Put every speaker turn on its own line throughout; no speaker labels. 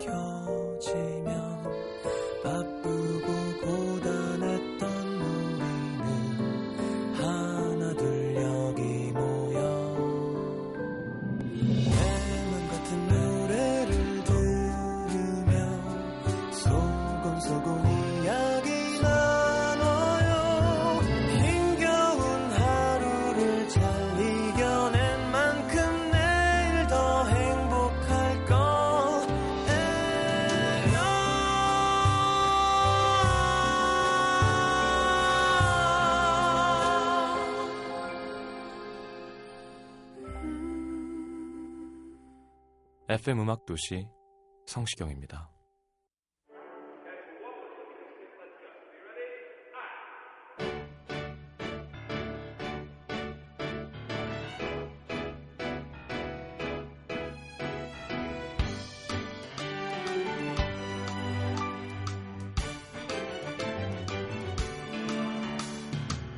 켜지면 바쁘고 고단했던 우리는 하나 둘 여기 모여 대만 같은 노래를 들으며 소곤소곤 이야기 나눠요 힘겨운 하루를 잘 이겨낸 만큼 내일 더 행복할 거예요
FM 음악 도시 성시경입니다.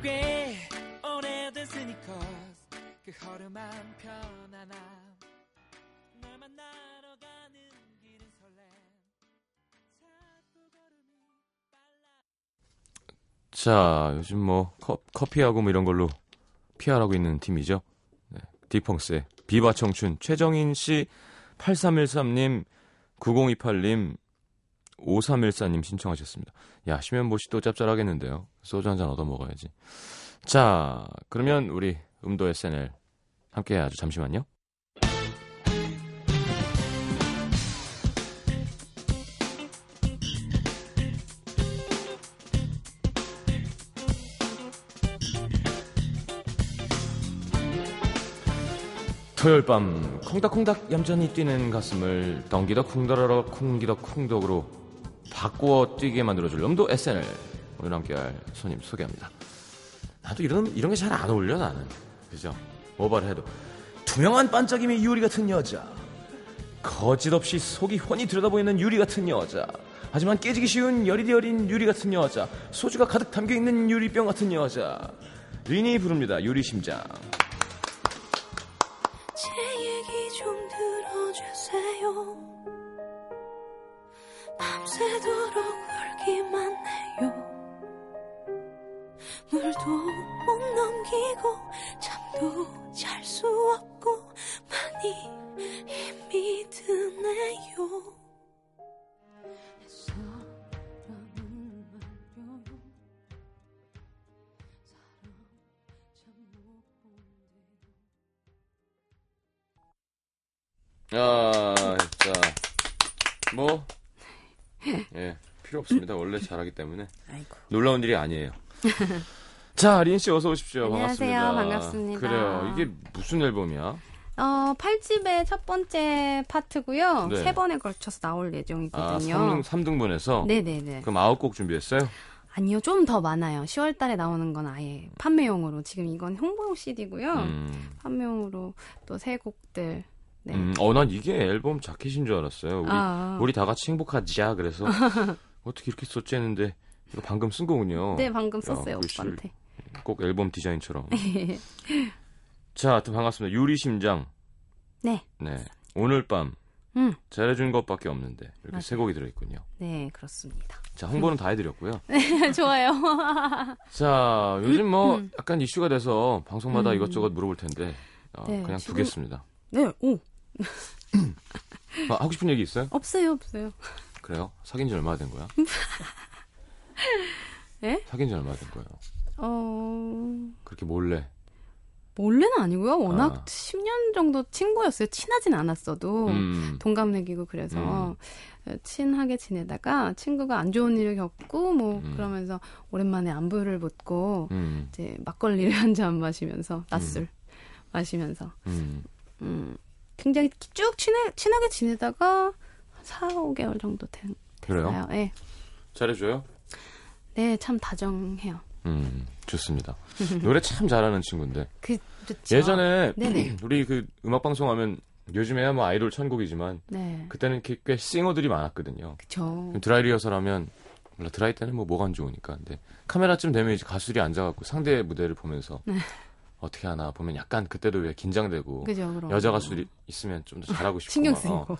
꽤 오래된 스니커 그 허름한 편안함 널 만나러 가는 길은 설렘 자꾸 걸음이 빨라
자, 요즘 뭐 커, 커피하고 뭐 이런 걸로 피하라고 있는 팀이죠. 네, 디펑스의 비바 청춘 최정인 씨 8313님 9028님 5314님 신청하셨습니다. 야, 심현보 씨도 짭짤하겠는데요. 소주 한 잔 얻어 먹어야지. 자, 그러면 우리 음도 SNL 함께 해야죠. 잠시만요. 토요일 밤 콩닥콩닥 얌전히 뛰는 가슴을 덩기덕 쿵더러럭 쿵기덕 쿵덕으로 바꾸어 뛰게 만들어줄 음도 SNL 오늘 함께할 손님 소개합니다. 나도 이런 이런 게 잘 안 어울려 나는 그죠? 뭐발 해도 투명한 반짝임의 유리 같은 여자 거짓없이 속이 훤히 들여다보이는 유리 같은 여자 하지만 깨지기 쉬운 열이 어린 유리 같은 여자 소주가 가득 담겨있는 유리병 같은 여자 린이 부릅니다 유리심장
제 얘기 좀 들어주세요. 밤새도록 울기만 해요. 물도 못 넘기고 잠도 잘 수 없고 많이 힘이 드네요. 사랑은 말려요. 사랑 참못 본대요.
아, 자, 뭐, 예, 필요 없습니다. 원래 잘하기 때문에
아이고.
놀라운 일이 아니에요. 자, 린 씨 어서 오십시오.
안녕하세요.
반갑습니다.
반갑습니다.
그래요. 이게 무슨 앨범이야?
어, 8집의 첫 번째 파트고요.
네.
세 번에 걸쳐서 나올
아,
예정이거든요.
3등, 삼등분에서
네네네.
그럼 아홉 곡 준비했어요?
아니요, 좀 더 많아요. 10월 달에 나오는 건 아예 판매용으로. 지금 이건 홍보용 CD고요.
음.
판매용으로 또 세 곡들. 네.
음, 어, 난 이게 앨범 자켓인 줄 알았어요. 우리,
아,
우리 다 같이 행복하자. 그래서 어떻게 이렇게 썼지 했는데 이거 방금 쓴 거군요.
네, 방금
뭐. 야,
썼어요,
글씨를-
오빠한테.
꼭 앨범 디자인처럼. 자, 하여튼 반갑습니다. 유리심장.
네.
네. 오늘 밤.
음.
잘해준 것밖에 없는데 이렇게
맞아요.
세 곡이 들어있군요.
네, 그렇습니다.
자 홍보는 다 해드렸고요.
좋아요.
자 요즘 뭐 약간 이슈가 돼서 방송마다
음.
이것저것 물어볼 텐데 어,
네,
그냥
지금-
두겠습니다.
네, 오.
아, 하고 싶은 얘기 있어요?
없어요, 없어요.
그래요? 사귄 지 얼마나 된 거야?
예?
사귄 지 얼마나 된 거예요?
어,
그렇게 몰래.
원래는 아니고요. 워낙
아.
10년 정도 친구였어요. 친하진 않았어도.
음.
동갑내기고 그래서 친하게 지내다가 친구가 안 좋은 일을 겪고 뭐
음.
그러면서 오랜만에 안부를 묻고
음.
이제 막걸리를 한 잔 마시면서 낮술 마시면서
음.
음 굉장히 쭉 친해, 친하게 지내다가 4, 5개월 정도 된
그래요?
거예요. 네.
잘해줘요?
네, 참 다정해요.
음. 좋습니다. 노래 참 잘하는 친구인데.
그 좋죠.
예전에
네네.
우리 그 음악 방송하면 요즘에야 뭐 아이돌 천국이지만
네.
그때는 이렇게 꽤 싱어들이 많았거든요.
그쵸.
그럼 드라이 리허설 하면 몰라 드라이 때는 뭐 뭐가 안 좋으니까 근데 카메라쯤 되면 이제 가수들이 앉아갖고 상대 무대를 보면서 어떻게 하나 보면 약간 그때도 왜 긴장되고
네. 그죠, 그럼.
여자 가수 들 있으면 좀 더 잘하고 싶고
신경
막, 어.
쓰이고.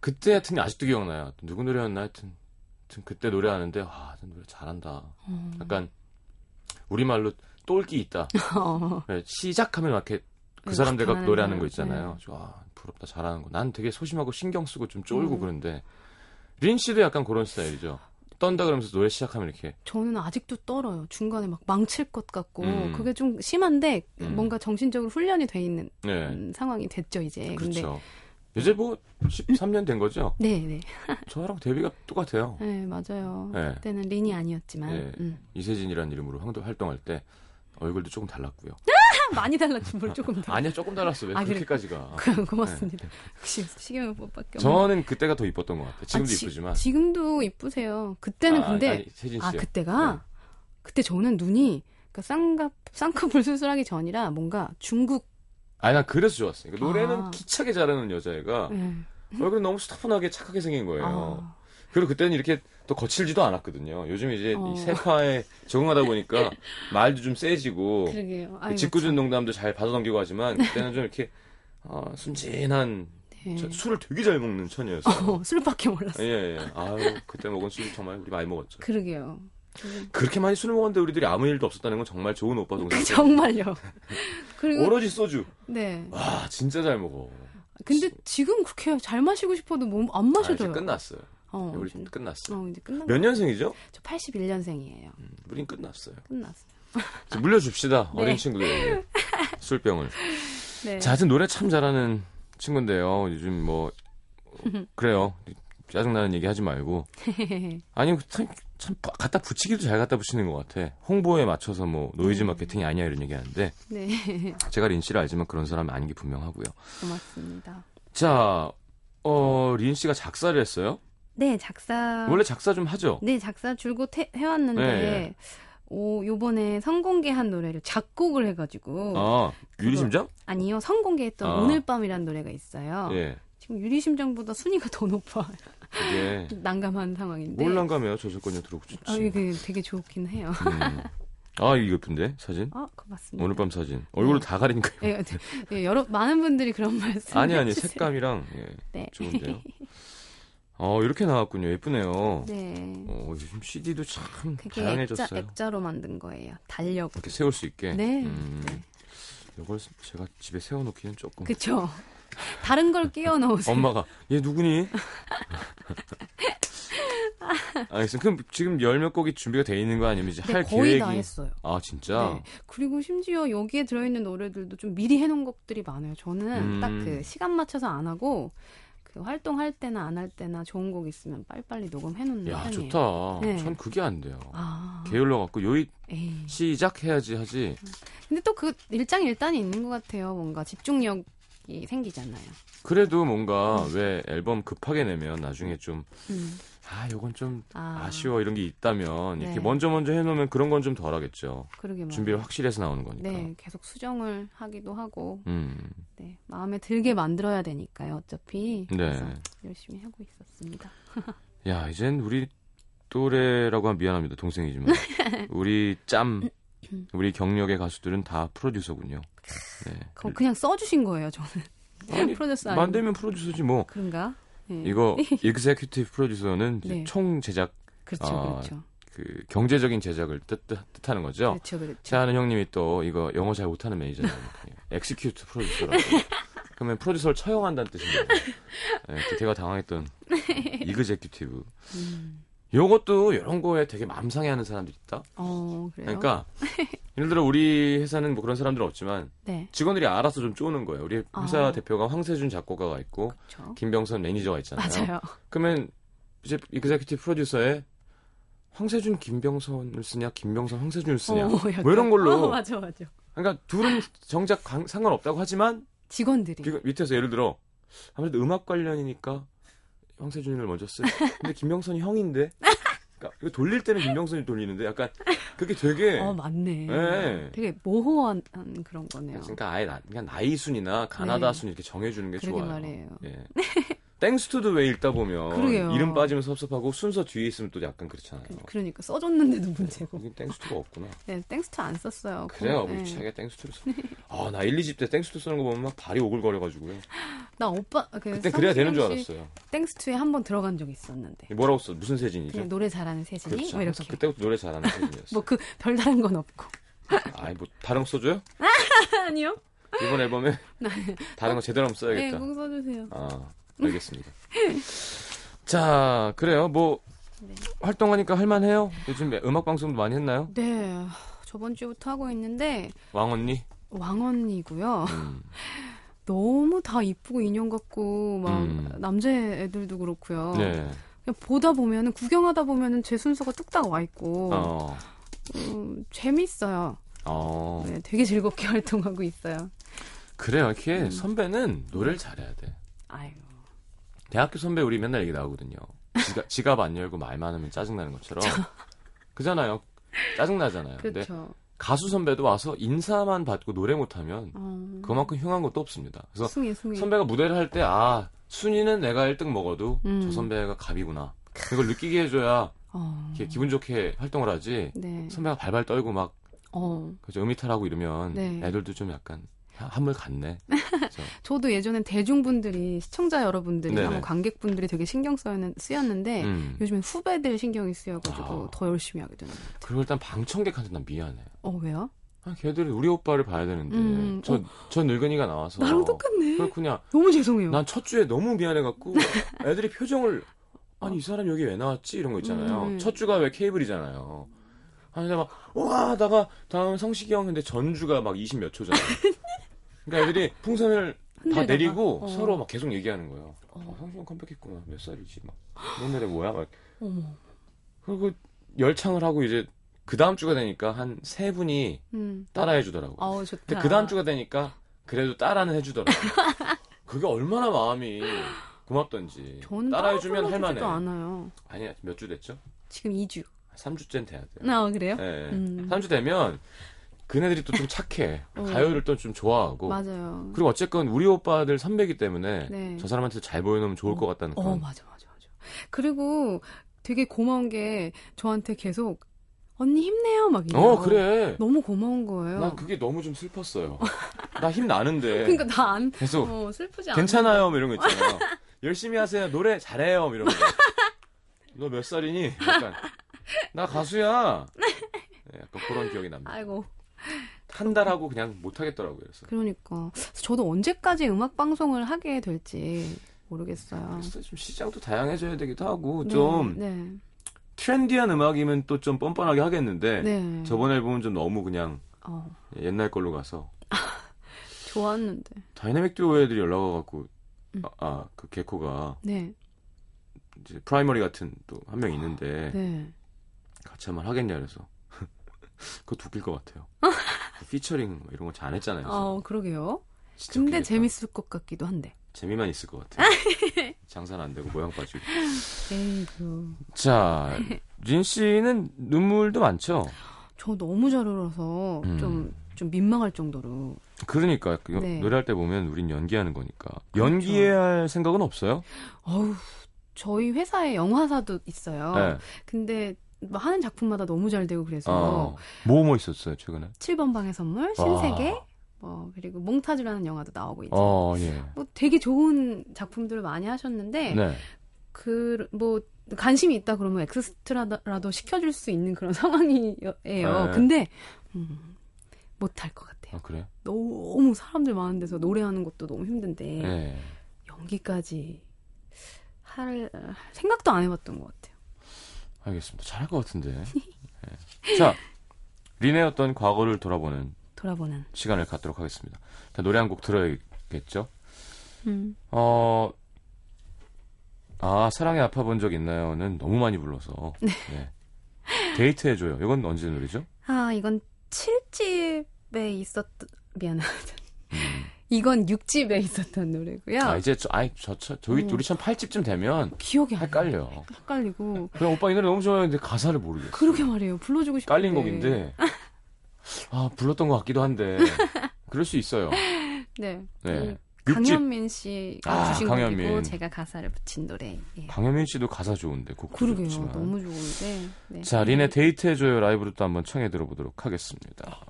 그때 같은 게 아직도 기억나요. 누구 노래였나 하여튼, 하여튼 그때 노래하는데 아, 저 노래 잘한다.
음.
약간 우리말로 똘끼 있다.
어.
네, 시작하면 막 이렇게 그
네,
사람들 과
잘하는
노래하는
사람.
거 있잖아요. 저, 아, 부럽다 잘하는 거. 난 되게 소심하고 신경 쓰고 좀 쫄고
음.
그런데 린 씨도 약간 그런 스타일이죠. 떤다 그러면서 노래 시작하면 이렇게
저는 아직도 떨어요. 중간에 막 망칠 것 같고
음.
그게 좀 심한데
음.
뭔가 정신적으로 훈련이 돼 있는
네
음, 상황이 됐죠 이제. 근데
그렇죠. 이제 뭐 13년 된 거죠.
네, 네,
저랑 데뷔가 똑같아요.
네 맞아요.
네.
그때는 린이 아니었지만
네.
음.
이세진이라는 이름으로 활동- 활동할 때 얼굴도 조금 달랐고요.
많이 달랐지 뭘 조금 더.
아니야 네. 조금 달랐어. 왜
아, 그래요?
그렇게까지가?
고- 고맙습니다. 혹시 시경 오빠밖에 없나요?
저는 그때가 더 이뻤던 것 같아요. 지금도
아, 지-
이쁘지만.
지금도 이쁘세요. 그때는
아,
근데
아니, 세진 씨.
아 그때가
네.
그때 저는 눈이 그러니까 쌍꺼 쌍꺼풀 수술하기 전이라 뭔가 중국
아니 난 그래서 좋았어. 요 그러니까 노래는
아.
기차게 잘하는 여자애가
예.
얼굴이 너무 스타분하게 착하게 생긴 거예요.
아,
아, 그리고 그때는 이렇게 또 거칠지도 않았거든요. 요즘 이제
어.
이 세파에 적응하다 보니까 말도 좀 세지고
그러게요.
그
아이고,
짓궂은 농담도 잘 받아넘기고 하지만 그때는 좀 이렇게 어, 순진한
네.
저- 술을 되게 잘 먹는 처녀였어요.
어, 술밖에 몰랐어. 요
예, 예. 아유 그때 먹은 술 정말 우리 많이 먹었죠.
그러게요.
그렇게 많이 술을 먹었는데 우리들이 아무 일도 없었다는 건 정말 좋은 오빠 동생.
정말요. 그리고
오로지 소주.
네.
와 진짜 잘 먹어.
근데 지금 그렇게 잘 마시고 싶어도 몸 안
아, 이제
마셔져요.
끝났어요. 네,
어,
우리
좀-
끝났어. 요
어, 이제 끝난.
몇 년생이죠?
저 81년생이에요.
우린 끝났어요.
끝났어요.
이제 물려줍시다.
네.
어린 친구들 술병을.
네.
자, 하여튼 노래 참 잘하는 친구인데요. 요즘 뭐 그래요. 짜증나는 얘기 하지 말고. 아니 참, 참 갖다 붙이기도 잘 갖다 붙이는 것 같아. 홍보에 맞춰서 뭐
음.
노이즈 마케팅이 아니야 이런 얘기하는데
네.
제가 린 씨를 알지만 그런 사람이 아닌 게 분명하고요.
고맙습니다.
자, 어, 린 씨가 작사를 했어요?
네, 작사.
원래 작사 좀 하죠?
네, 작사 줄곧 해, 해왔는데
네.
오, 요번에 선공개한 노래를 작곡을 해가지고
아, 유리심장?
아니요 선공개했던
아.
오늘 밤이라는 노래가 있어요.
예.
지금 유리심장보다 순위가 더 높아
그게
난감한 상황인데.
뭘 난감해요? 저작권료 들어오고 좋지.
네. 아, 이게 되게 좋긴 해요.
음. 아, 이거 예쁜데? 사진?
아, 고맙습니다.
오늘 밤 사진. 얼굴을 다 가리니까요.
예, 예, 여러 많은 분들이 그런 말씀.
아니, 아니,
해주세요.
색감이랑, 예,
네.
좋은데요. 어, 이렇게 나왔군요. 예쁘네요.
네.
어, 요즘 CD도 참
그게 액자,
다양해졌어요.
액자로 만든 거예요. 달력.
이렇게 세울 수 있게.
네.
음. 이걸 제가 집에 세워놓기는 조금.
그쵸. 다른 걸 끼워 넣으세요.
음. 엄마가 얘 누구니? 알겠습니다. 그럼 지금 열 몇 곡이 준비가 돼 있는 거 아니면 이제
네,
할
거의
계획이
다 했어요.
아 진짜
네. 그리고 심지어 여기에 들어있는 노래들도 좀 미리 해놓은 곡들이 많아요. 저는
음.
딱 그 시간 맞춰서 안 하고 그 활동할 때나 안 할 때나 좋은 곡 있으면 빨리빨리 녹음해놓는
야
편이에요.
좋다.
네.
전 그게 안 돼요.
아,
게을러 갖고 요이
에이.
시작해야지 하지.
근데 또 그 일장일단이 있는 것 같아요. 뭔가 집중력이 생기잖아요.
그래도 뭔가 왜 앨범 급하게 내면 나중에 좀 아
음.
요건 좀
아,
아쉬워 이런 게 있다면 이렇게
네.
먼저 먼저 해놓으면 그런 건 좀 덜하겠죠.
그러게 말이에요.
준비를 확실히 해서 나오는 거니까.
네, 계속 수정을 하기도 하고
음,
네, 마음에 들게 만들어야 되니까요. 어차피 그래서
네.
열심히 하고 있었습니다.
야, 이젠 우리 또래라고 하면 미안합니다. 동생이지만. 우리 짬, 우리 경력의 가수들은 다 프로듀서군요. 네. 그,
그거 그냥 써주신 거예요, 저는.
아니,
프로듀스 아니
만들면 프로듀서지 뭐.
그런가? 네.
이거 executive 프로듀서는
네.
총 제작,
그렇죠,
아,
그렇죠,
그 경제적인 제작을 뜻, 뜻, 하는 거죠.
그렇죠, 그렇죠.
최하는 형님이 또 이거 영어 잘 못하는 매니저잖아요. execute 프로듀서라고. 그러면 프로듀서를 처형한다는 뜻입니다. 네, 그때가 당황했던 executive.
음.
요것도 이런 거에 되게 맘상해하는 사람들이 있다.
어, 그래요.
그러니까 예를 들어 우리 회사는 뭐 그런 사람들은 없지만
네,
직원들이 알아서 좀 쪼는 거예요. 우리 회사
아.
대표가 황세준 작곡가가 있고
그렇죠.
김병선 매니저가 있잖아요.
맞아요.
그러면 이제 이그제큐티브 프로듀서에 황세준 김병선을 쓰냐 김병선 황세준을 쓰냐
어, 약간-
뭐 이런 걸로
어, 맞아, 맞아.
그러니까 둘은 정작 관- 상관없다고 하지만
직원들이.
비- 밑에서 예를 들어 아무래도 음악 관련이니까 황세준을 먼저 쓰 근데 김병선이 형인데 그러니까 이거 돌릴 때는 김병선이 돌리는데 약간 그게 되게
어, 맞네.
네.
되게 모호한 그런 거네요.
그러니까 아예 나, 그냥 나이 그러니까 순이나 가나다
네.
순 이렇게 정해주는 게
그러게
좋아요.
말이에요.
예. 땡스 투드 왜 읽다 보면
그러게요.
이름 빠지면 섭섭하고 순서 뒤에 있으면 또 약간 그렇잖아요.
그러니까 써줬는데도 문제고.
여기 땡스 투가 없구나.
네, 땡스트 안 썼어요.
네. 그래요. 뭐
네.
우리 차게 땡스 투를 써. 아, 나 1, 2집 때 땡스 투 쓰는 거 보면 막 발이 오글거려 가지고요.
나 오빠 그
그때 그래야 되는 줄
성시경 씨
알았어요.
땡스트에 한 번 들어간 적이 있었는데.
뭐라고 써? 무슨
그냥
세진이죠?
노래 잘하는 세진이
그렇죠.
네, 뭐
항상
이렇게.
그때부터 노래 잘하는 세진이었어.
뭐 그 별다른 건 없고.
아이 뭐 다른 거 써줘요?
아니요.
이번 앨범에 다른 거 제대로 한번
네,
써야겠다.
꼭 써주세요.
아, 알겠습니다. 자, 그래요. 뭐
네.
활동하니까 할만해요. 요즘 음악 방송도 많이 했나요?
네, 저번 주부터 하고 있는데
왕 언니.
왕언니고요.
음.
너무 다 이쁘고 인형 같고 막
음.
남자 애들도 그렇고요.
네.
그냥 보다 보면은 구경하다 보면은 제 순서가 뚝딱 와 있고
어.
음, 재밌어요.
어.
네, 되게 즐겁게 활동하고 있어요.
그래요. 이렇게
음.
선배는 노래를 잘해야 돼.
아유,
대학교 선배 우리 맨날 얘기 나오거든요. 지갑, 지갑 안 열고 말 많으면 짜증나는 것처럼. 그잖아요. 짜증나잖아요. 근데
그렇죠.
가수 선배도 와서 인사만 받고 노래 못하면
어,
그만큼 흉한 것도 없습니다. 그래서
숭해 숭해.
선배가 무대를 할 때, 아, 순위는 내가 1등 먹어도
음.
저 선배가 갑이구나. 그걸 느끼게 해줘야
어,
이렇게 기분 좋게 활동을 하지.
네.
선배가 발발 떨고 막
어,
그죠, 음이탈하고 이러면
네.
애들도 좀 약간 하- 한물 갔네. 그래서
저도 예전엔 대중분들이 시청자 여러분들이나
네네.
뭐 관객분들이 되게 신경 쓰였는, 쓰였는데
음.
요즘엔 후배들 신경이 쓰여가지고
아.
더 열심히 하게 되는 것 같아요.
그리고 일단 방청객한테 난 미안해.
어 왜요?
아, 걔들이 우리 오빠를 봐야 되는데
음,
저, 저 늙은이가 나와서
나랑 음. 똑같네.
어. 그렇구나.
너무 죄송해요.
난 첫 주에 너무 미안해갖고 애들이 표정을 아니 이 사람 여기 왜 나왔지 이런 거 있잖아요.
어. 음, 음.
첫 주가 왜 케이블이잖아요. 아니 근데 막와 하다가 다음 성식이 형 근데 전주가 막 20 몇 초잖아요. 그러니까 애들이 풍선을 다
흔들다가.
내리고
어.
서로 막 계속 얘기하는 거예요. 아, 성식이 형 컴백했구나 몇 살이지 막 옛날에 뭐야 막
어머.
그리고 열창을 하고 이제 그 다음 주가 되니까 한 세 분이
음.
따라해 주더라고요.
어 좋다.
근데 그 다음 주가 되니까 그래도 따라는 해주더라고. 그게 얼마나 마음이 고맙던지.
저는
따라해주면 할만해.
도 않아요.
아니야 몇 주 됐죠?
지금 2주.
3주째는 돼야 돼요.
아 그래요?
예.
음.
3주 되면 그네들이 또 좀 착해.
어.
가요를 또 좀 좋아하고.
맞아요.
어. 그리고 어쨌건 우리 오빠들 선배기 때문에
네.
저 사람한테 잘 보여놓으면 좋을 것 같다는
어
그런.
맞아 맞아 맞아. 그리고 되게 고마운 게 저한테 계속 언니 힘내요 막 이래요.
어, 그래.
너무 고마운 거예요.
난 그게 너무 좀 슬펐어요. 나 힘 나는데.
그러니까 나안
계속
어, 슬프지 않아.
괜찮아요 뭐 이런 거 있잖아요 열심히 하세요 노래 잘해요 뭐 이런 거너 몇 살이니 약간 나 가수야 네, 약간 그런 기억이 납니다
아이고.
한 달 하고 그냥 못 하겠더라고요 그래서
그러니까 저도 언제까지 음악 방송을 하게 될지 모르겠어요.
그래서 좀 시장도 다양해져야 되기도 하고
네,
어, 좀
네.
트렌디한 음악이면 또 좀 뻔뻔하게 하겠는데
네.
저번 뭐- 앨범은 좀 너무 그냥
어,
옛날 걸로 가서
좋았는데.
다이내믹 듀오 애들이 연락 와갖고
음.
아 그 개코가
네.
이제 프라이머리 같은 또 한 명 있는데
네.
같이 한번 하겠냐 그래서 그것도 웃길 것 같아요. 피처링 뭐 이런 거 잘 안 했잖아요. 그래서.
어, 그러게요.
진짜
근데
웃기겠다.
재밌을 것 같기도 한데.
재미만 있을 것 같아요. 장사는 안 되고 모양 빠지고.
에이구.
자, 린 씨는 눈물도 많죠.
저 너무 잘 울어서
음.
좀, 좀 민망할 정도로.
그러니까 그
네. 그렇죠.
노래할 때 보면 우린 연기하는 거니까 연기해야 할 생각은 없어요.
어우, 저희 회사에 영화사도 있어요.
네.
근데 뭐 하는 작품마다 너무 잘 되고 그래서
어, 뭐뭐 있었어요 최근에?
칠 7번 방의 선물, 신세계,
와.
뭐 그리고 몽타주라는 영화도 나오고 이제
어, 예.
뭐 되게 좋은 작품들을 많이 하셨는데
네.
그 뭐 관심이 있다 그러면 엑스트라라도 시켜줄 수 있는 그런 상황이에요.
네.
근데 음, 못할 것 같아요.
아 그래요?
너무 사람들 많은 데서 노래하는 것도 너무 힘든데
예. 네.
연기까지 할 생각도 안 해봤던 것 같아요.
알겠습니다. 잘할 것 같은데. 예. 자, 린의 어떤 과거를 돌아보는
돌아보는.
시간을 갖도록 하겠습니다. 일단 노래 한 곡 들어야겠죠? 어, 아, 사랑에 아파 본 적 있나요?는 너무 많이 불러서. 네. 데이트 해줘요. 이건 언제 노래죠?
아 이건 7집에 있었던 미안하다. 이건 6집에 있었던 노래고요.
음. 아, 이제 저, 아이, 저, 저, 저희,
음.
우리 참 8집쯤 되면
기억이 안 나요.
헷갈려.
헷갈리고
그냥 오빠 이 노래 너무 좋아하는데 가사를 모르겠어.
그러게 말이에요. 불러주고 싶은데.
깔린 곡인데. 아, 불렀던 것 같기도 한데. 그럴 수 있어요.
네.
네.
음,
육집
강현민 씨가
아,
부신
강현민.
곡이고 제가 가사를 붙인 노래. 예.
강현민 씨도 가사 좋은데 곡도
그러게요.
좋지만.
너무 좋은데. 네.
자, 린의 데이트해줘요 라이브로 또 한번 청해 들어보도록 하겠습니다.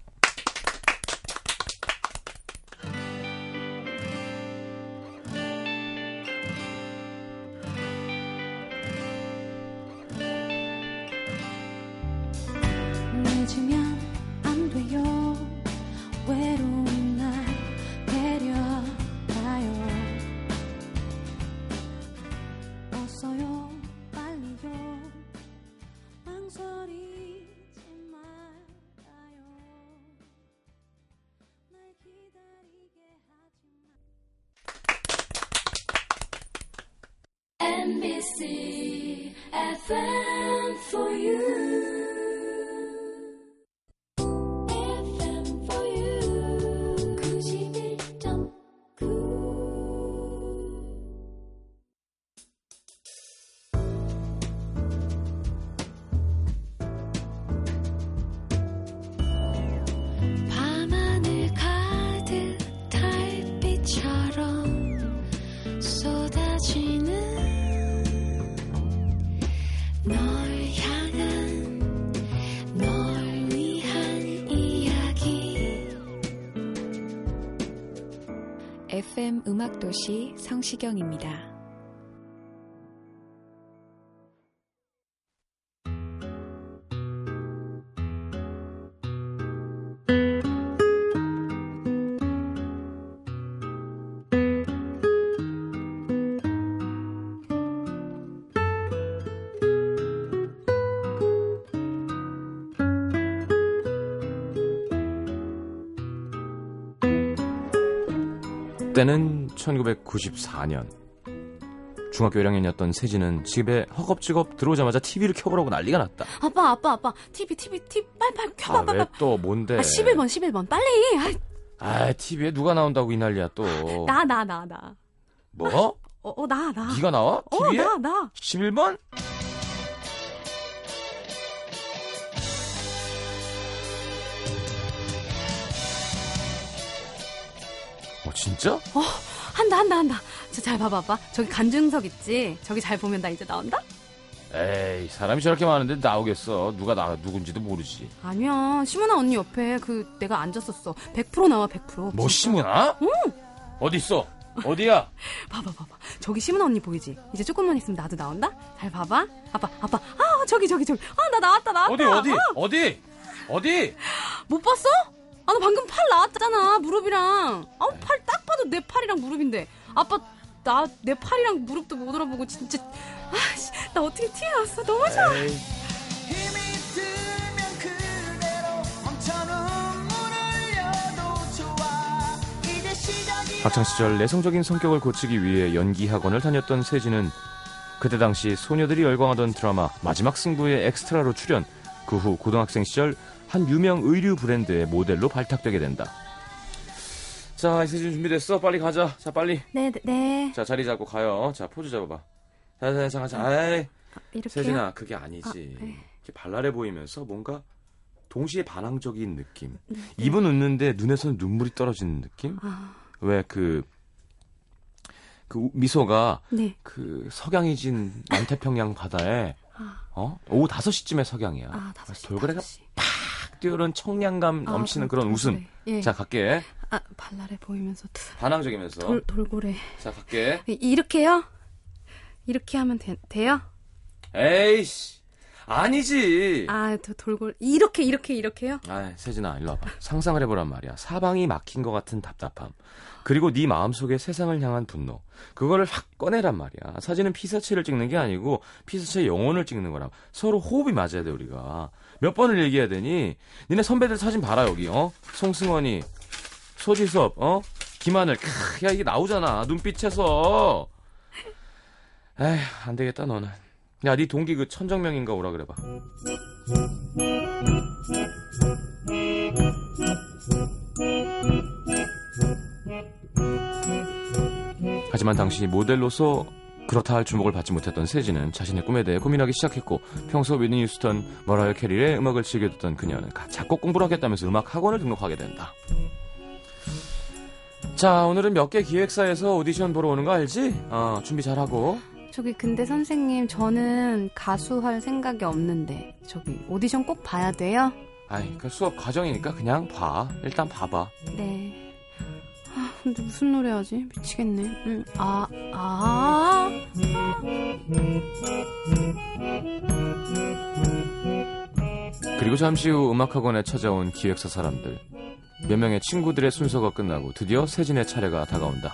늦으면 안 돼요 외로운 날 데려가요 어서요 빨리요 망설이지 말아요 날 기다리게 하지 마 NBC FM for you. FM for you. 91.9. 밤하늘 가득 달빛처럼 쏟아지는 널 향한 널 위한 이야기
FM 음악도시 성시경입니다.
때는 1994년. 중학교 1학년이었던 세진은 집에 허겁지겁 들어오자마자 TV를 켜보라고 난리가 났다. 아,
아빠, 아빠, 아빠. TV, TV, TV. 빨빨 켜봐, 빨빨.
왜 또 뭔데?
아, 11번, 11번. 빨리. 아,
아, TV에 누가 나온다고 이 난리야 또.
나, 나, 나, 나.
뭐?
어, 어, 나, 나.
네가 나와?
어,
TV에?
나, 나.
11번? 어, 진짜?
한다, 한다, 한다. 저 잘 봐봐, 아빠. 저기 간중석 있지? 저기 잘 보면 나 이제 나온다?
에이, 사람이 저렇게 많은데 나오겠어. 누가 나, 누군지도 모르지.
아니야. 시문아 언니 옆에 그 내가 앉았었어. 100% 나와, 100%.
뭐, 심으나? 어디 있어? 어디야?
봐봐, 봐봐. 저기 시문아 언니 보이지? 이제 조금만 있으면 나도 나온다? 잘 봐봐. 아빠, 아빠. 아, 저기, 저기, 저기. 아, 나 나왔다, 나왔다.
어디, 어디? 어디? 어디?
못 봤어? 아, 나 방금 팔 나왔잖아, 무릎이랑. 아, 팔 딱 봐도 내 팔이랑 무릎인데. 아빠, 나, 내 팔이랑 무릎도 못 알아보고, 진짜. 아, 씨, 나 어떻게 티에 났어? 너무 좋아.
힘이 들면 그대로 멈춰 눈물을 흘려도 좋아 이제 시작이야
학창시절 내성적인 성격을 고치기 위해 연기 학원을 다녔던 세진은 그때 당시 소녀들이 열광하던 드라마 마지막 승부의 엑스트라로 출연 그 후 고등학생 시절 한 유명 의류 브랜드의 모델로 발탁되게 된다 자 세진 준비됐어 빨리 가자 자 빨리
네, 네, 네.
자 자리 잡고 가요 자 포즈 잡아봐 자자자 자, 아이
이렇게.
세진아 그게 아니지
네.
이렇게 발랄해 보이면서 뭔가 동시에 반항적인 느낌 입은 웃는데 눈에서는 눈물이 떨어지는 느낌
네, 아,
왜 그 그 미소가
네.
그 석양이 진 남태평양 바다에
아.
어 오후 5시쯤에 석양이야.
아, 다섯 시.
돌고래가
다섯 시.
뛰어오른 청량감 넘치는
아,
그런
돌고래.
웃음.
예.
자 갈게.
아, 발랄해 보이면서 두-
반항적이면서.
돌, 돌고래.
자 갈게.
이- 이렇게요? 이렇게 하면 되, 돼요?
에이씨 아니지. 아.
아, 저 돌고래. 이렇게, 이렇게, 이렇게요?
세진아 일로 와봐. 상상을 해보란 말이야. 사방이 막힌 것 같은 답답함. 그리고 네 마음속에 세상을 향한 분노. 그거를 확 꺼내란 말이야. 사진은 피사체를 찍는 게 아니고 피사체의 영혼을 찍는 거라. 서로 호흡이 맞아야 돼 우리가. 몇 번을 얘기해야 되니? 니네 선배들 사진 봐라 여기 어? 송승헌이, 소지섭 어? 김하늘 캬, 야 이게 나오잖아 눈빛에서. 에휴 안 되겠다 너는. 야 네 동기 그 천정명인가 오라 그래봐. 하지만 당시 모델로서 그렇다 할 주목을 받지 못했던 세진은 자신의 꿈에 대해 고민하기 시작했고 평소 위니 휴스턴, 머라이어 캐리의 음악을 즐겨듣던 그녀는 가- 작곡 공부를 하겠다면서 음악 학원을 등록하게 된다. 자, 오늘은 몇 개 기획사에서 오디션 보러 오는 거 알지? 어, 준비 잘하고.
저기 근데 선생님 저는 가수 할 생각이 없는데 저기 오디션 꼭 봐야 돼요?
아이, 그 수업 과정이니까 그냥 봐. 일단 봐봐.
네. 아 근데 무슨 노래 하지? 미치겠네. 음, 아 아.
그리고 잠시 후 음악학원에 찾아온 기획사 사람들. 몇 명의 친구들의 순서가 끝나고 드디어 세진의 차례가 다가온다.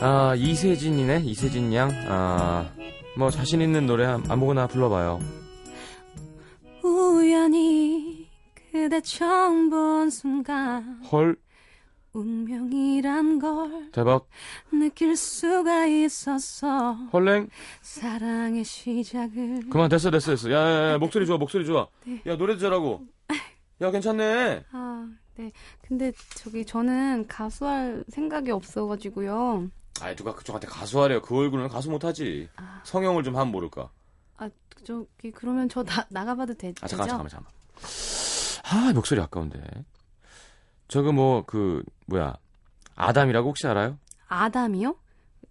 아, 이세진이네, 이세진 양. 아, 뭐 자신 있는 노래 함- 아무거나 불러봐요.
우연히 그대 처음 본 순간
헐,
운명이란 걸
대박,
느낄 수가 있었어
헐랭.
사랑의 시작을
그만, 됐어, 됐어, 됐어. 야, 야, 야, 목소리 좋아, 목소리 좋아.
네.
야, 노래도 잘하고. 야, 괜찮네.
아, 네. 근데 저기 저는 가수할 생각이 없어가지고요.
아이, 누가 그쪽한테 가수하래요. 그 얼굴은 가수 못하지.
아,
성형을 좀 하면 모를까.
아 저기 그러면 저 나, 나가봐도 되,
아
죠
잠깐 잠깐 잠깐. 아 목소리 아까운데. 저거 뭐 그 뭐야 아담이라고 혹시 알아요?
아담이요?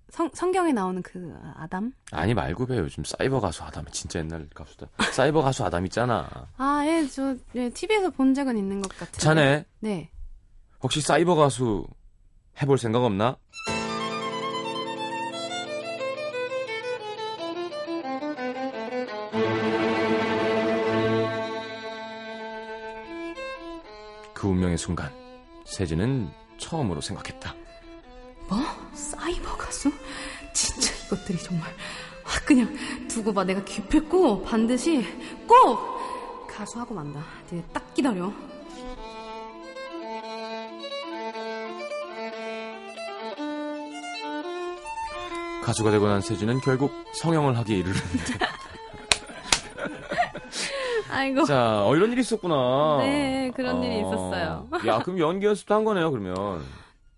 성, 성경에 나오는 그 아담?
아니 말고 배 요즘 사이버 가수 아담 진짜 옛날 가수다. 사이버 가수 아담 있잖아.
아, 예, 저 예, TV에서 본 적은 있는 것 같아요.
자네
네.
혹시 사이버 가수 해볼 생각 없나? 그 운명의 순간 세진은 처음으로 생각했다.
뭐? 사이버 가수? 진짜 이것들이 정말 아, 그냥 두고 봐. 내가 귀했고 반드시 꼭 가수하고 만다. 이제 딱 기다려.
가수가 되고 난 세진은 결국 성형을 하기 이르는데
아이고.
자 어, 이런 일이 있었구나
네, 그런 일이 있었어요.
야 그럼 연기 연습도 한 거네요 그러면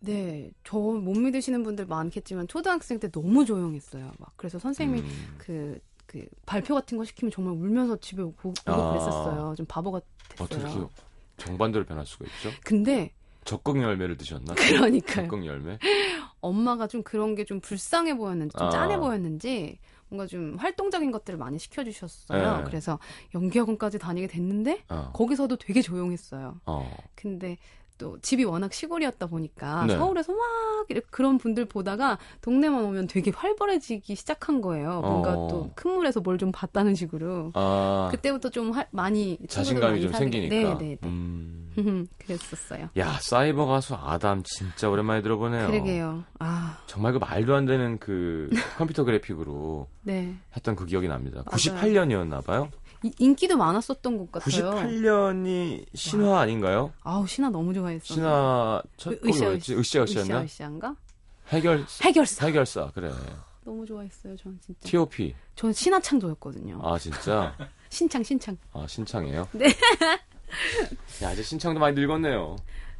네, 저 못 믿으시는 분들 많겠지만 초등학생 때 너무 조용했어요. 막 그래서 선생님이
음.
그, 그 발표 같은 거 시키면 정말 울면서 집에 오고, 오고
아.
그랬었어요. 좀 바보
어떻게
같았어요.
정반대로 변할 수가 있죠
근데
적극 열매를 드셨나
그러니까요.
적극 열매
엄마가 좀 그런 게 좀 불쌍해 보였는지 좀
아.
짠해 보였는지 뭔가 좀 활동적인 것들을 많이 시켜주셨어요.
네.
그래서 연기학원까지 다니게 됐는데
어,
거기서도 되게 조용했어요.
어.
근데 또 집이 워낙 시골이었다 보니까
네.
서울에서 막 이렇게 그런 분들 보다가 동네만 오면 되게 활발해지기 시작한 거예요. 뭔가
어.
또 큰 물에서 뭘 좀 봤다는 식으로.
아
그때부터 좀 할- 많이 친구도
자신감이
많이
좀
사귀게-
생기니까
네, 네,
음.
네. 그랬었어요.
야 사이버 가수 아담 진짜 오랜만에 들어보네요
그러게요. 아,
정말 그 말도 안 되는 그 컴퓨터 그래픽으로
네.
했던 그 기억이 납니다 98년이었나 봐요
이- 인기도 많았었던 것 같아요.
98년이 신화 아닌가요?
아우 신화 너무 좋아했어.
신화 첫
으-
곡이 뭐였지?
으쌰
으쌰으쌰였나?
으쌰인가?
해결
해결사.
해결사 그래.
너무 좋아했어요. 저는 진짜.
T.O.P.
저는 신화 창조였거든요.
아 진짜.
신창 신창.
아 신창이에요?
네.
야 이제 신창도 많이 늙었네요.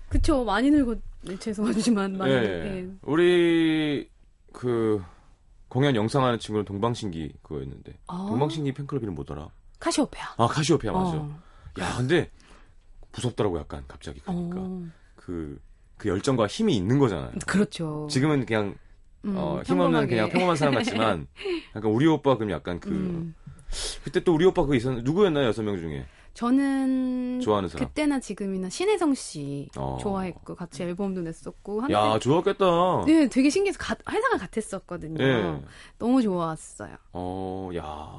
그쵸 많이 늙었 네, 죄송하지만 많이
예,
예.
예. 우리 그 공연 영상하는 친구는 동방신기 그거였는데
아,
동방신기 팬클럽 이름 뭐더라?
카시오페아.
아 카시오페아 맞아.
어.
야 근데 무섭더라고 약간 갑자기 그러니까
어,
그 그 열정과 힘이 있는 거잖아요.
그렇죠.
지금은 그냥
음,
어, 힘없는 그냥
평범하게.
평범한 사람 같지만 약간 우리 오빠 그럼 약간 그
음.
그때 또 우리 오빠 그 있었 누구였나요 여섯 명 중에
저는
그 좋아하는 사람.
그때나 지금이나 신혜성 씨
어.
음, 그 좋아했고 같이 앨범도 냈었고 한때
야 좋았겠다.
네 어. 되게 신기해서 가, 회사가 같았었거든요.
예.
너무 좋았어요.
어, 야.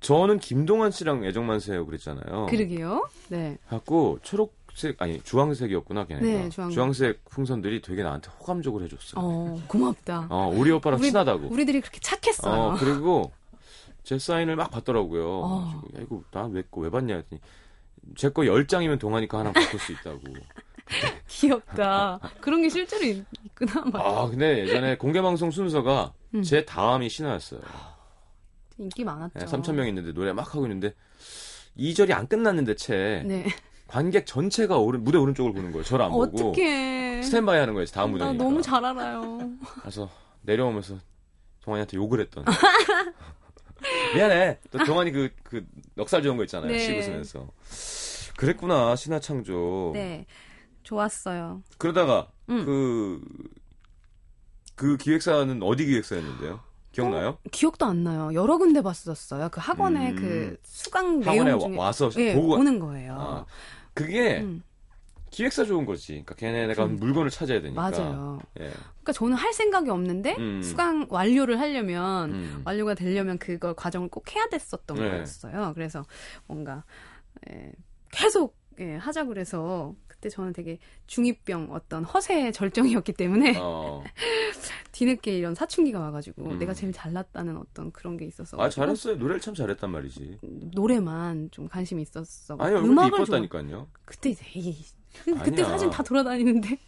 저는 김동완 씨랑 애정만세요 그랬잖아요.
그러게요. 네.
갖고 초록색 아니 주황색이었구나 걔네가.
네, 주황색.
주황색 풍선들이 되게 나한테 호감적으로 해줬어요.
어 고맙다.
어, 우리 오빠랑
우리-
친하다고.
우리들이 그렇게 착했어요.
뭐. 어, 그리고 제 사인을 막 받더라고요.
어.
그래가지고, 야, 이거 나왜 왜 받냐 했더니 제 거 10장이면 동하니까 하나 바꿀 수 있다고.
귀엽다. 그런 게 실제로 있- 있구나. 막
아, 근데 예전에 공개방송 순서가
음.
제 다음이 신화였어요.
아,
네,
인기 많았죠.
3,000명 있는데 노래 막 하고 있는데 2절이 안 끝났는데 채
네.
관객 전체가 오른, 무대 오른쪽을 보는 거예요. 저를 안 보고.
어떻게?
스탠바이 하는 거예요. 다음 무대니까.
나 아, 너무 잘 알아요.
그래서 내려오면서 동환이한테 욕을 했던. 미안해. 또 동환이 그, 그 넉살 좋은 거 있잖아요.
네.
씹으면서. 그랬구나 신화창조.
네. 좋았어요.
그러다가
음.
그, 그 기획사는 어디 기획사였는데요? 기억나요?
기억도 안 나요. 여러 군데 봤었어요. 그 학원에
음.
그 수강
학원에
내용 중에
와- 와서
예,
보고
오는 거예요.
아, 그게
음,
기획사 좋은 거지. 그러니까 걔네가 물건을 찾아야 되니까.
맞아요.
예.
그러니까 저는 할 생각이 없는데
음.
수강 완료를 하려면
음.
완료가 되려면 그걸 과정을 꼭 해야 됐었던
네.
거였어요. 그래서 뭔가 예, 계속 예, 하자 그래서 그때 저는 되게 중이병 어떤 허세의 절정이었기 때문에
어.
뒤늦게 이런 사춘기가 와가지고
음.
내가 제일 잘났다는 어떤 그런 게 있어서
아 잘했어요. 노래를 참 잘했단 말이지.
노래만 좀 관심이 있었어.
아니 얼굴도
뭐, 음악을 좋아-
이뻤다니까요.
그때 이제 에이, 그- 그때
아니야. 네.
사진 다 돌아다니는데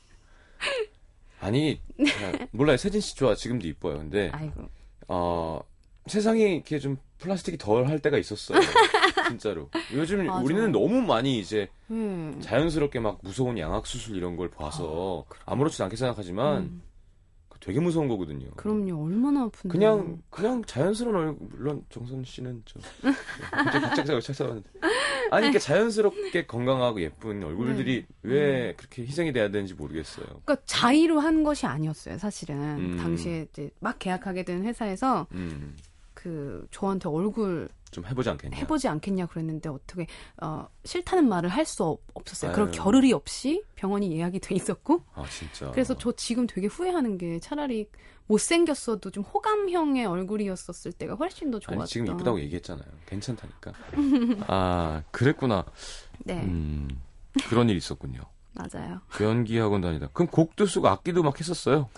아니 그냥 몰라요. 세진 씨 좋아. 지금도 이뻐요. 근데
네. 아이고
어, 세상이 이렇게 좀 플라스틱이 덜 할 때가 있었어요. 진짜로. 요즘
맞아.
우리는 너무 많이 이제
음.
자연스럽게 막 무서운 양악 수술 이런 걸 봐서 아무렇지 도 않게 생각하지만
음.
되게 무서운 거거든요.
그럼요 얼마나 아픈데
그냥 그냥 자연스러운 얼굴 물론 정선 씨는 좀 갑작스럽게 찾아왔는데 아니
네.
이렇게 자연스럽게 건강하고 예쁜 얼굴들이
음.
왜 그렇게 희생이 돼야 되는지 모르겠어요.
그러니까 자의로 한 것이 아니었어요, 사실은.
음.
당시에 이제 막 계약하게 된 회사에서
음,
그 저한테 얼굴
좀 해보지 않겠냐.
해보지 않겠냐 그랬는데 어떻게 어, 싫다는 말을 할 수 없었어요. 그런
아유.
겨를이 없이 병원이 예약이 돼 있었고
아 진짜.
그래서 저 지금 되게 후회하는 게 차라리 못생겼어도 좀 호감형의 얼굴이었었을 때가 훨씬 더 좋았다.
아니 지금 이쁘다고 얘기했잖아요. 괜찮다니까. 아 그랬구나.
네,
음, 그런 일이 있었군요.
맞아요.
연기 학원 다니다. 그럼 곡도 쓰고 악기도 막 했었어요.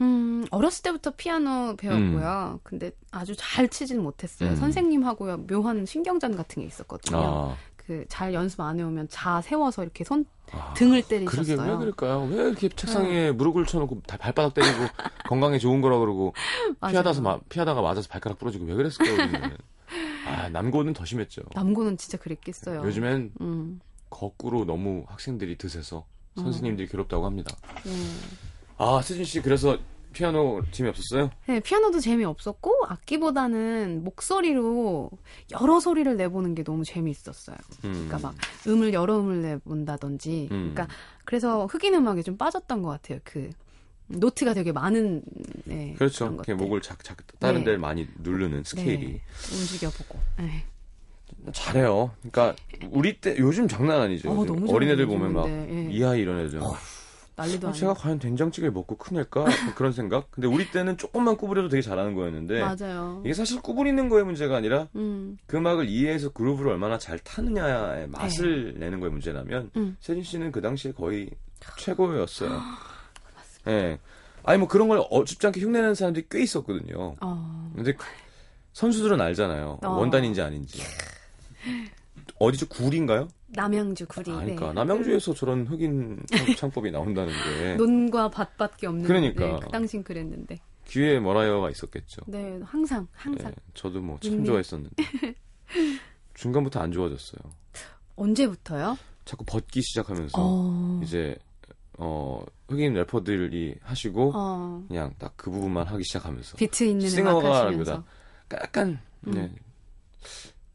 음, 어렸을 때부터 피아노 배웠고요. 근데 아주 잘 치진 못했어요.
음.
선생님하고 묘한 신경전 같은 게 있었거든요.
아,
그 잘 연습 안 해오면 자 세워서 이렇게 손
아,
등을
그러게 왜
때리셨어요. 네.
그럴까요? 왜 이렇게 책상에 무릎을 쳐놓고 다 발바닥 때리고 건강에 좋은 거라 그러고
맞아요.
피하다서 마- 피하다가 맞아서 발가락 부러지고 왜 그랬을까요? 우리는? 아 남고는 더 심했죠.
남고는 진짜 그랬겠어요.
요즘엔
음,
거꾸로 너무 학생들이 드세서 선생님들이 괴롭다고 합니다.
네.
아 세준 씨 그래서 피아노 팀이 없었어요?
네, 피아노도 재미없었고 악기보다는 목소리로 여러 소리를 내보는 게 너무 재미있었어요.
음.
그러니까 막 음을 여러 음을 내본다든지.
음.
그러니까 그래서 흑인 음악에 좀 빠졌던 것 같아요. 그 노트가 되게 많은 네,
그렇죠.
그런
이렇게
것들.
목을 작작 다른
네.
데를 많이 누르는 스케일이.
네, 움직여보고. 네.
잘해요. 그러니까 우리 때 요즘 장난 아니죠.
어,
요즘
너무
어린애들
잘해요,
보면 막
요즘인데. 예.
이하 이런 애들.
난리도
아,
아니고.
제가 과연 된장찌개를 먹고 큰일까 그런 생각. 근데 우리 때는 조금만 구부려도 되게 잘하는 거였는데
맞아요.
네. 이게 사실 구부리는 거의 문제가 아니라
음,
그 음악을 이해해서 그루브를 얼마나 잘 타느냐의 맛을 내는 거의 문제라면
네. 음. 아,
세진 씨는 그 당시에 거의 최고였어요. 예. 아니 뭐 그런 걸 어줍지 않게 흉내내는 사람들이 꽤 있었거든요.
어,
근데 그- 선수들은 알잖아요.
어.
원단인지 아닌지. 어디죠? 굴인가요?
남양주 구리.
아,
네.
그러니까 남양주에서 저런 흑인 창- 창법이 나온다는 게
음. 논과 밭밖에 없는.
그러니까.
네, 그 당신 그랬는데.
귀에 머라이어가 있었겠죠.
네, 항상 항상
예, 저도 뭐
음.
참 좋아했었는데 중간부터 안 좋아졌어요.
언제부터요?
자꾸 벗기 시작하면서
어,
이제 어 흑인 래퍼들이 하시고
어,
그냥 딱 그 부분만 하기 시작하면서
비트 음. 있는 음악
싱어가라기보다
하시면서
약간 예.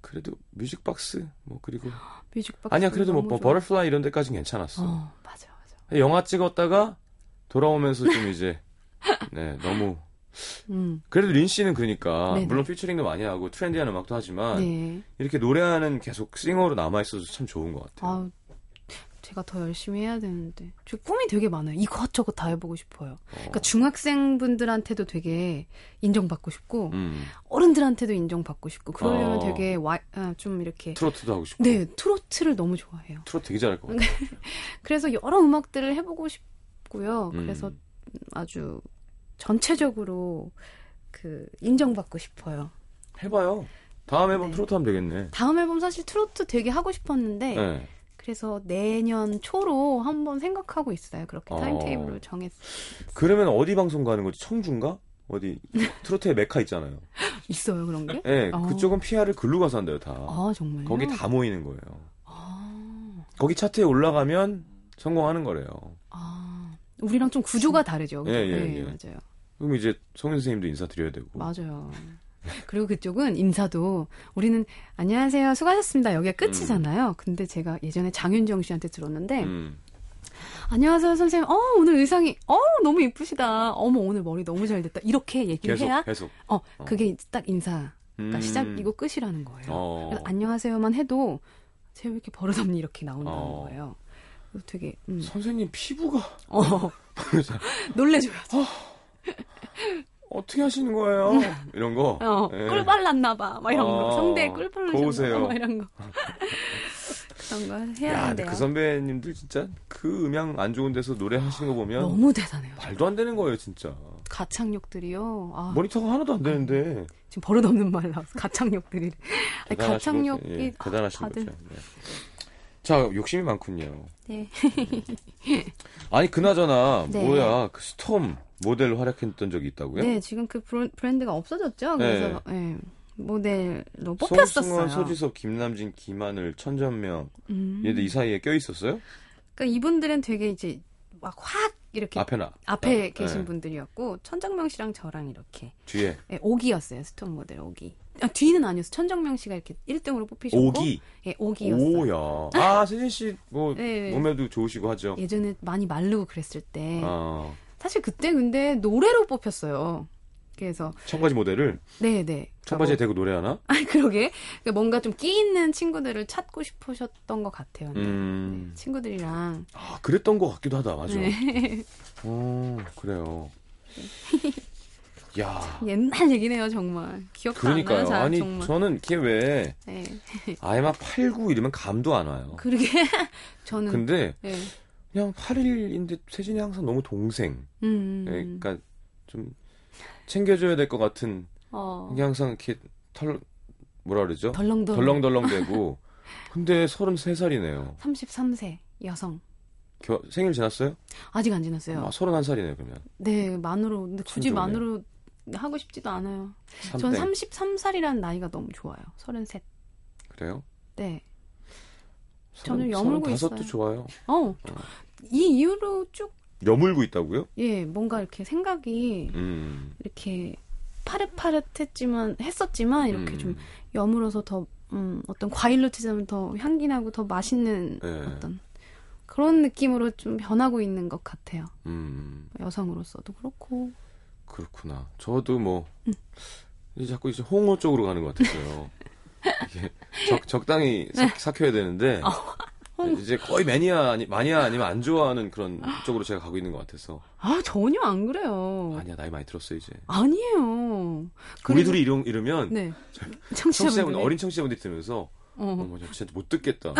그래도 뮤직박스 뭐 그리고
뮤직박스.
아니야 그래도 뭐, 뭐
너무 좋아.
버터플라이 이런 데까지는 괜찮았어.
어, 맞아 맞아.
영화 찍었다가 돌아오면서 좀 이제 네 너무
음,
그래도 린 씨는 그러니까
네네.
물론 피처링도 많이 하고 트렌디한 음악도 하지만
네.
이렇게 노래하는 계속 싱어로 남아 있어서 참 좋은 것 같아요.
아, 제가 더 열심히 해야 되는데. 저 꿈이 되게 많아요. 이것저것 다 해보고 싶어요. 그러니까 중학생 분들한테도 되게 인정받고 싶고
음,
어른들한테도 인정받고 싶고 그러려면
어.
되게 와, 아, 좀 이렇게.
트로트도 하고 싶고
네, 트로트를 너무 좋아해요.
트로트 되게 잘할 것 같아요.
그래서 여러 음악들을 해보고 싶고요.
음.
그래서 아주 전체적으로 그 인정받고 싶어요.
해봐요. 다음 앨범
네.
트로트 하면 되겠네.
다음 앨범 사실 트로트 되게 하고 싶었는데
네.
그래서 내년 초로 한번 생각하고 있어요. 그렇게
어.
타임테이블을 정했어요.
그러면 어디 방송 가는 거지? 청주인가? 어디 트로트의 메카 있잖아요.
있어요 그런 게?
예,
어.
그쪽은 PR을 글로 가서 한대요 다.
아 정말요?
거기 다 모이는 거예요.
아,
거기 차트에 올라가면 성공하는 거래요.
아. 우리랑 좀 구조가 다르죠. 그죠?
음. 예, 뭐. 예,
네,
예.
맞아요.
그럼 이제 성윤 선생님도 인사드려야 되고.
맞아요. 그리고 그쪽은 인사도 우리는 안녕하세요 수고하셨습니다 여기가
음.
끝이잖아요. 근데 제가 예전에 장윤정 씨한테 들었는데
음.
안녕하세요 선생님. 어 오늘 의상이 어 너무 이쁘시다. 어머 오늘 머리 너무 잘 됐다. 이렇게 얘기를
계속
해야
계속.
어 그게 딱 인사가
음.
시작이고 끝이라는 거예요.
어.
그래서 안녕하세요만 해도 쟤 왜 이렇게 버릇없니 이렇게 나온다는
어.
거예요. 그래서 되게 음.
선생님 피부가
어 놀래줘야죠.
어떻게 하시는 거예요? 이런 거.
어,
예.
꿀 발랐나 봐. 막 이런
어,
거. 성대에 꿀 발랐나
고우세요.
봐. 막 이런 거. 그런 거
야,
해야
근데
한대요.
그 선배님들 진짜 그 음향 안 좋은 데서 노래 하시는 거 보면
너무 대단해요.
말도 안 되는 거예요, 진짜.
가창력들이요. 아,
모니터가 하나도 안 되는데.
지금 버릇없는 말 나와서 가창력들이. 아니,
대단하신
네, 가창력이
거죠. 예,
아,
대단하신
다들
거죠. 네. 자, 욕심이 많군요.
네.
아니, 그나저나
네.
뭐야? 그 스톰 모델로 활약했던 적이 있다고요?
네, 지금 그 브랜- 브랜드가 없어졌죠. 그래서 예, 모델로
송승헌,
뽑혔었어요.
네. 소지섭, 김남진, 김하늘, 천전명
음.
얘들 이 사이에 껴 있었어요?
그러니까 이분들은 되게 이제 막 확 이렇게 앞에,
앞에나 아,
계신
예.
분들이었고 천정명 씨랑 저랑 이렇게
뒤에
예, 오기였어요. 스톤 모델 오기. 아, 뒤는 아니었어. 천정명 씨가 이렇게 1등으로 뽑히셨고
오기
예, 오기였어요.
오야 아 세진 씨뭐
예, 예.
몸에도 좋으시고 하죠.
예전에 많이 마르고 그랬을 때
아
사실 그때 근데 노래로 뽑혔어요. 그래서
청바지 모델을
네, 네.
청바지에 대고 노래하나?
아, 그러게. 그러니까 뭔가 좀 끼 있는 친구들을 찾고 싶으셨던 것 같아요.
음.
친구들이랑
아, 그랬던 것 같기도 하다. 맞아.
네.
어, 그래요. 야.
옛날 얘기네요, 정말. 기억도 안
그러니까요.
나요, 잘,
아니,
정말.
저는 이게 왜
네.
아예마 89 이러면 감도 안 와요.
그러게 저는
어. 근데
네.
그냥 8일인데 세진이 항상 너무 동생.
음.
그러니까 좀 챙겨줘야 될 것 같은
어.
이게 항상 이렇게 털 뭐라 그러죠?
덜렁덜렁
덜렁덜렁대고. 근데 33살이네요.
33세 여성.
생일 지났어요?
아직 안 지났어요.
아, 31살이네요, 그러면.
네, 만으로 근데 굳이
참 좋네요.
만으로 하고 싶지도 않아요.
삼
전
땡.
33살이라는 나이가 너무 좋아요. 33.
그래요?
네. 저는 여물고
다섯도
있어요.
좋아요.
어. 이 이후로 쭉
여물고 있다고요?
예, 뭔가 이렇게 생각이
음.
이렇게 파릇파릇했지만 했었지만 이렇게
음.
좀 여물어서 더 음, 어떤 과일로 치자면 더 향기나고 더 맛있는
예.
어떤 그런 느낌으로 좀 변하고 있는 것 같아요.
음.
여성으로서도 그렇고
그렇구나. 저도 뭐 이제 자꾸 이제 홍어 쪽으로 가는 것 같았어요. 이게 적, 적당히 사, 삭혀야 되는데 이제 거의 매니아 아니 마니아 아니면 안 좋아하는 그런 쪽으로 제가 가고 있는 것 같아서
아 전혀 안 그래요.
아니야 나이 많이 들었어 이제
아니, 에요
우리 둘이 이러, 이러면
네
청취자분
청취자분들
어린 음. 청취자분들이 들으면서
어.
어머 저 진짜 못 듣겠다 어.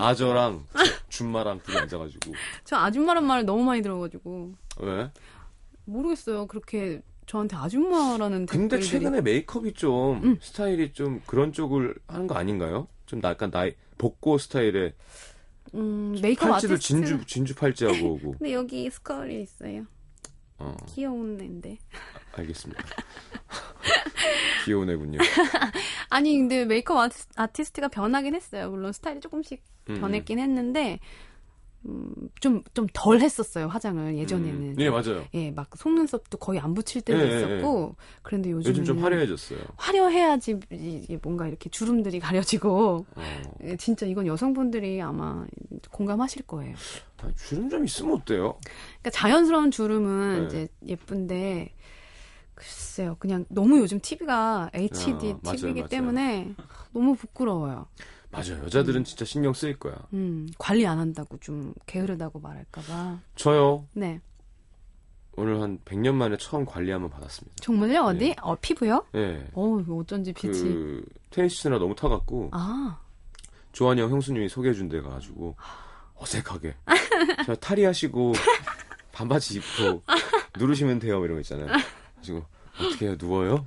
아저랑 준마랑 둘이 앉아가지고
저 아줌마란 말을 너무 많이 들어가지고
왜
모르겠어요. 그렇게 저한테 아줌마라는
근데
댓글들이-
최근에 메이크업이 좀 스타일이 좀 그런 쪽을 하는 거 아닌가요? 좀 나- 약간 나이 복고 스타일의
음, 메이크업
팔찌를
아티스트
진주 진주 팔찌하고 오고.
근데 여기 스컬이 있어요.
어,
귀여운 애인데.
알겠습니다. 귀여운 애군요.
아니 근데 메이크업 아티스- 아티스트가 변하긴 했어요. 물론 스타일이 조금씩
음,
변했긴 했는데 음, 좀 좀 덜 했었어요 화장을 예전에는.
음. 예 맞아요.
예, 막 속눈썹도 거의 안 붙일 때도
예, 예,
있었고 그런데 요즘은
요즘 좀 화려해졌어요.
화려해야지 이게 뭔가 이렇게 주름들이 가려지고
어.
예, 진짜 이건 여성분들이 아마 공감하실 거예요.
아니, 주름 좀 있으면 어때요?
그러니까 자연스러운 주름은
네.
이제 예쁜데 글쎄요. 그냥 너무 요즘 TV가 HD
아, 맞아요,
TV이기
맞아요.
때문에 너무 부끄러워요.
맞아요. 여자들은 진짜 신경 쓰일 거야.
음, 관리 안 한다고 좀 게으르다고 말할까 봐.
저요
네.
오늘 한 100년 만에 처음 관리 한번 받았습니다.
정말요? 어디? 어, 피부요?
예.
어, 이거 어쩐지 빛이
네. 그 테니스 치느라 너무 타갖고
아.
조한이 형 형수님이 소개해준 데 가가지고 어색하게 저 탈의하시고 반바지 입고 누르시면 돼요 뭐 이런 거 있잖아요. 지금 어떻게 해요 누워요?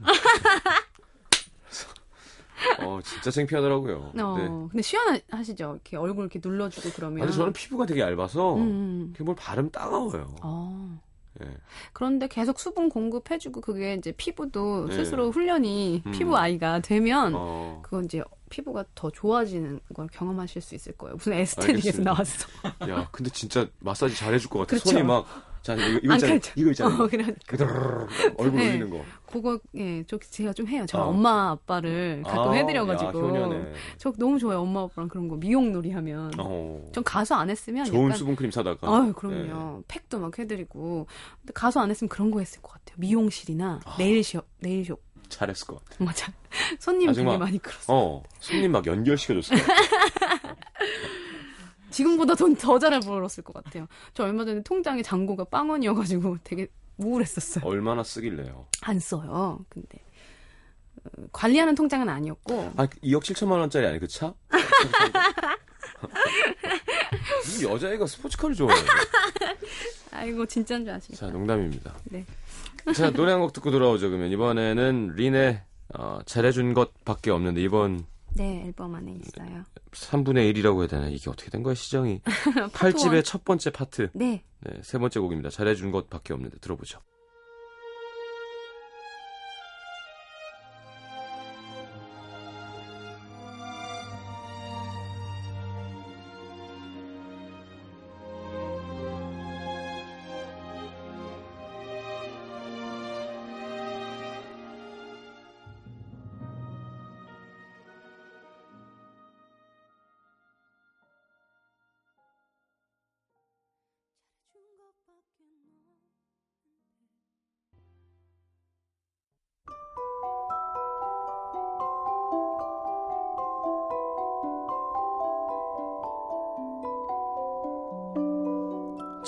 그래서 어 진짜 창피하더라고요.
어,
근데,
근데 시원하시죠? 이렇게 얼굴 이렇게 눌러주고 그러면.
근데 저는 피부가 되게 얇아서
음, 음.
그게 뭘 바르면 따가워요.
어.
예.
그런데 계속 수분 공급해주고 그게 이제 피부도
네.
스스로 훈련이
음.
피부 아이가 되면
어,
그건 이제 피부가 더 좋아지는 걸 경험하실 수 있을 거예요. 무슨 에스테릭에서
알겠습니다.
나왔어.
야 근데 진짜 마사지 잘해줄 것 같아.
그렇죠.
손이 막
자, 이거, 이거 있잖아요.
가르쳐.
이거 있잖아요.
어, 그래.
그 드르르르 얼굴
네.
올리는 거.
그거 예, 저 제가 좀 해요. 저
어.
엄마 아빠를 가끔
아, 야,
해드려가지고.
효녀네.
저 너무 좋아요. 엄마 아빠랑 그런 거 미용놀이 하면.
어.
전 가수 안 했으면
좋은 네.
약간
수분크림 사다가.
아유 그럼요. 팩도 막 해드리고. 근데 가수 안 했으면 그런 거 했을 것 같아요. 미용실이나 네일숍, 네일숍.
예, 잘했을 것 같아.
맞아. 손님 되게
아줌마.
많이 끌었어.
어, 손님 막 연결시켜줬을 것 같아.
지금보다 돈 더 잘 벌었을 것 같아요. 저 얼마 전에 통장에 잔고가 빵 원이어가지고 되게 우울했었어요.
얼마나 쓰길래요.
안 써요. 근데 어, 관리하는 통장은 아니었고
아, 2억 7천만 원짜리 아니 그 차? 이 여자애가 스포츠카를 좋아해요.
아이고 진짜인 줄 아시네.
자, 농담입니다.
네.
자, 노래 한 곡 듣고 돌아오죠. 그러면 이번에는 린의 어, 잘해준 것밖에 없는데 이번
네 앨범 안에 있어요.
3분의 1이라고 해야 되나? 이게 어떻게 된 거야, 시정이? 팔집의
원.
첫 번째 파트.
네
네, 세 번째 곡입니다. 잘해준 것밖에 없는데 들어보죠.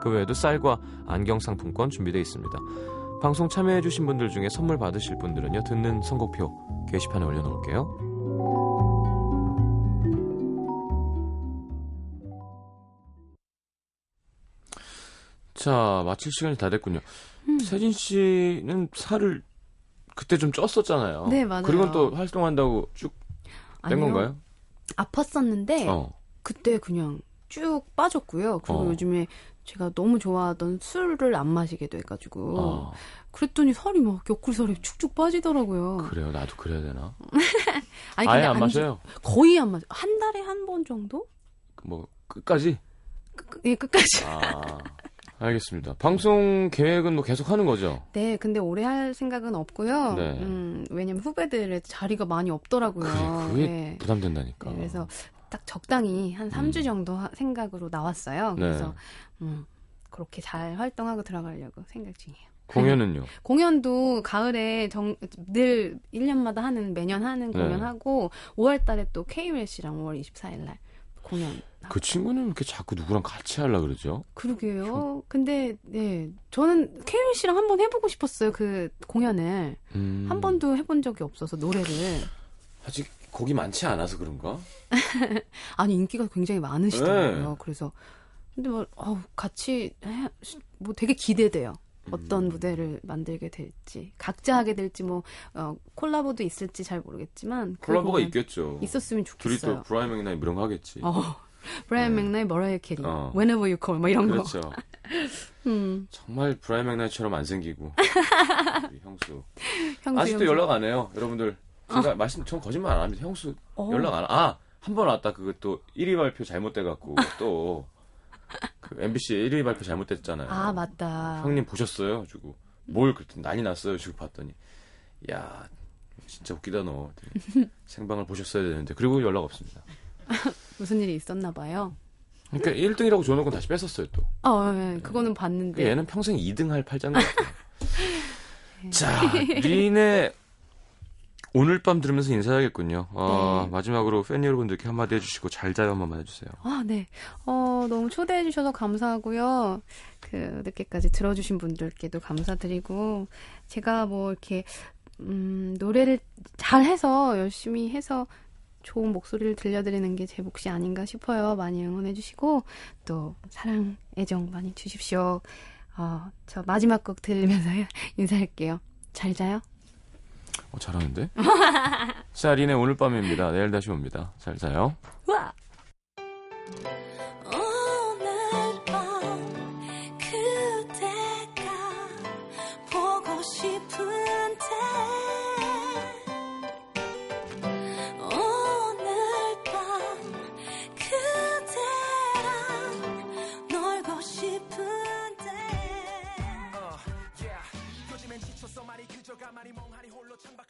그 외에도 쌀과 안경 상품권 준비되어 있습니다. 방송 참여해주신 분들 중에 선물 받으실 분들은요, 듣는 선곡표 게시판에 올려놓을게요. 자, 마칠 시간이 다 됐군요.
음.
세진 씨는 살을 그때 좀 쪘었잖아요.
네, 맞아요.
그리고 또 활동한다고 쭉 뺀
아니요. 네.
건가요?
아팠었는데
어.
그때 그냥 쭉 빠졌고요. 그리고
어.
요즘에 제가 너무 좋아하던 술을 안 마시게 돼가지고
아,
그랬더니 살이 막 옆구리살이 축축 빠지더라고요.
아, 그래요. 나도 그래야 되나?
아니,
아예
근데
안
안
마셔요.
주- 거의 안 마셔. 한 달에 한 번 정도?
뭐 끝까지.
끝- 끝- 예, 끝까지.
아, 알겠습니다. 방송 계획은 뭐 계속 하는 거죠?
네, 근데 오래 할 생각은 없고요.
네.
음, 왜냐면 후배들의 자리가 많이 없더라고요.
그래, 그게
네.
부담된다니까.
네, 그래서 딱 적당히 한 3주
음.
정도 하- 생각으로 나왔어요.
네.
그래서 음, 그렇게 잘 활동하고 들어가려고 생각 중이에요.
공연은요?
네. 공연도 가을에 정, 늘 1년마다 하는 매년 하는
네.
공연하고 5월 달에 또 KBS랑 5월 24일 날 공연.
그 친구는 왜 이렇게 자꾸 누구랑 같이 하려 그러죠?
그러게요. 근데 네, 저는 KBS랑 한번 해보고 싶었어요. 그 공연을
음,
한 번도 해본 적이 없어서 노래를.
아직 곡이 많지 않아서 그런가?
아니 인기가 굉장히 많으시더라고요.
네.
그래서 근데 뭐 어우, 같이 해- 뭐 되게 기대돼요. 어떤
음.
무대를 만들게 될지 각자 하게 될지 뭐 어, 콜라보도 있을지 잘 모르겠지만 그
콜라보가
공연
있겠죠.
있었으면
둘이 또
좋겠어요.
브라이언 맥나이 뭐 이런 거 하겠지.
어, 브라이언
네.
맥나이, 머라이어 캐리,
어.
Whenever You Call 뭐 이런 거.
그렇죠.
음,
정말 브라이언 맥나이처럼 안 생기고. 우리 형수.
형수, 어.
아직도
형수.
연락 안 해요. 여러분들. 제가 말씀, 전 거짓말 안 합니다. 형수
어.
연락 안, 아, 한 번 왔다. 그거 또 1위 발표 잘못돼갖고 또. 그 MBC 1위 발표 잘못됐잖아요.
아 맞다.
형님 보셨어요? 주고 뭘 그랬더니 난리 났어요. 주고 봤더니 야 진짜 웃기다 너 그랬더니 생방을 보셨어야 되는데 그리고 연락 없습니다.
무슨 일이 있었나 봐요.
그러니까 1등이라고 줘놓고 다시 뺐었어요 또.
아, 어, 예, 그거는 봤는데.
그러니까 얘는 평생 2등 할 팔자인 것 같아요. 자, 린의 오늘 밤 들으면서 인사해야겠군요. 어,
네.
마지막으로 팬 여러분들께 한마디 해주시고 잘 자요 한 번만 해주세요.
아, 네. 어, 너무 초대해 주셔서 감사하고요. 그 늦게까지 들어 주신 분들께도 감사드리고 제가 뭐 이렇게 음, 노래를 잘 해서 열심히 해서 좋은 목소리를 들려드리는 게 제 몫이 아닌가 싶어요. 많이 응원해 주시고 또 사랑 애정 많이 주십시오. 어, 저 마지막 곡 들으면서 인사할게요. 잘 자요.
어, 잘하는데? 자, 리네 오늘 밤입니다. 내일 다시 옵니다. 잘 자요.
와.
오늘 밤 그대가 보고 싶은데 오늘 밤 그대랑 놀고 싶은데
yeah. 요즘엔 지쳐서 말이 그저 가만히 멍하니 홀로 창밖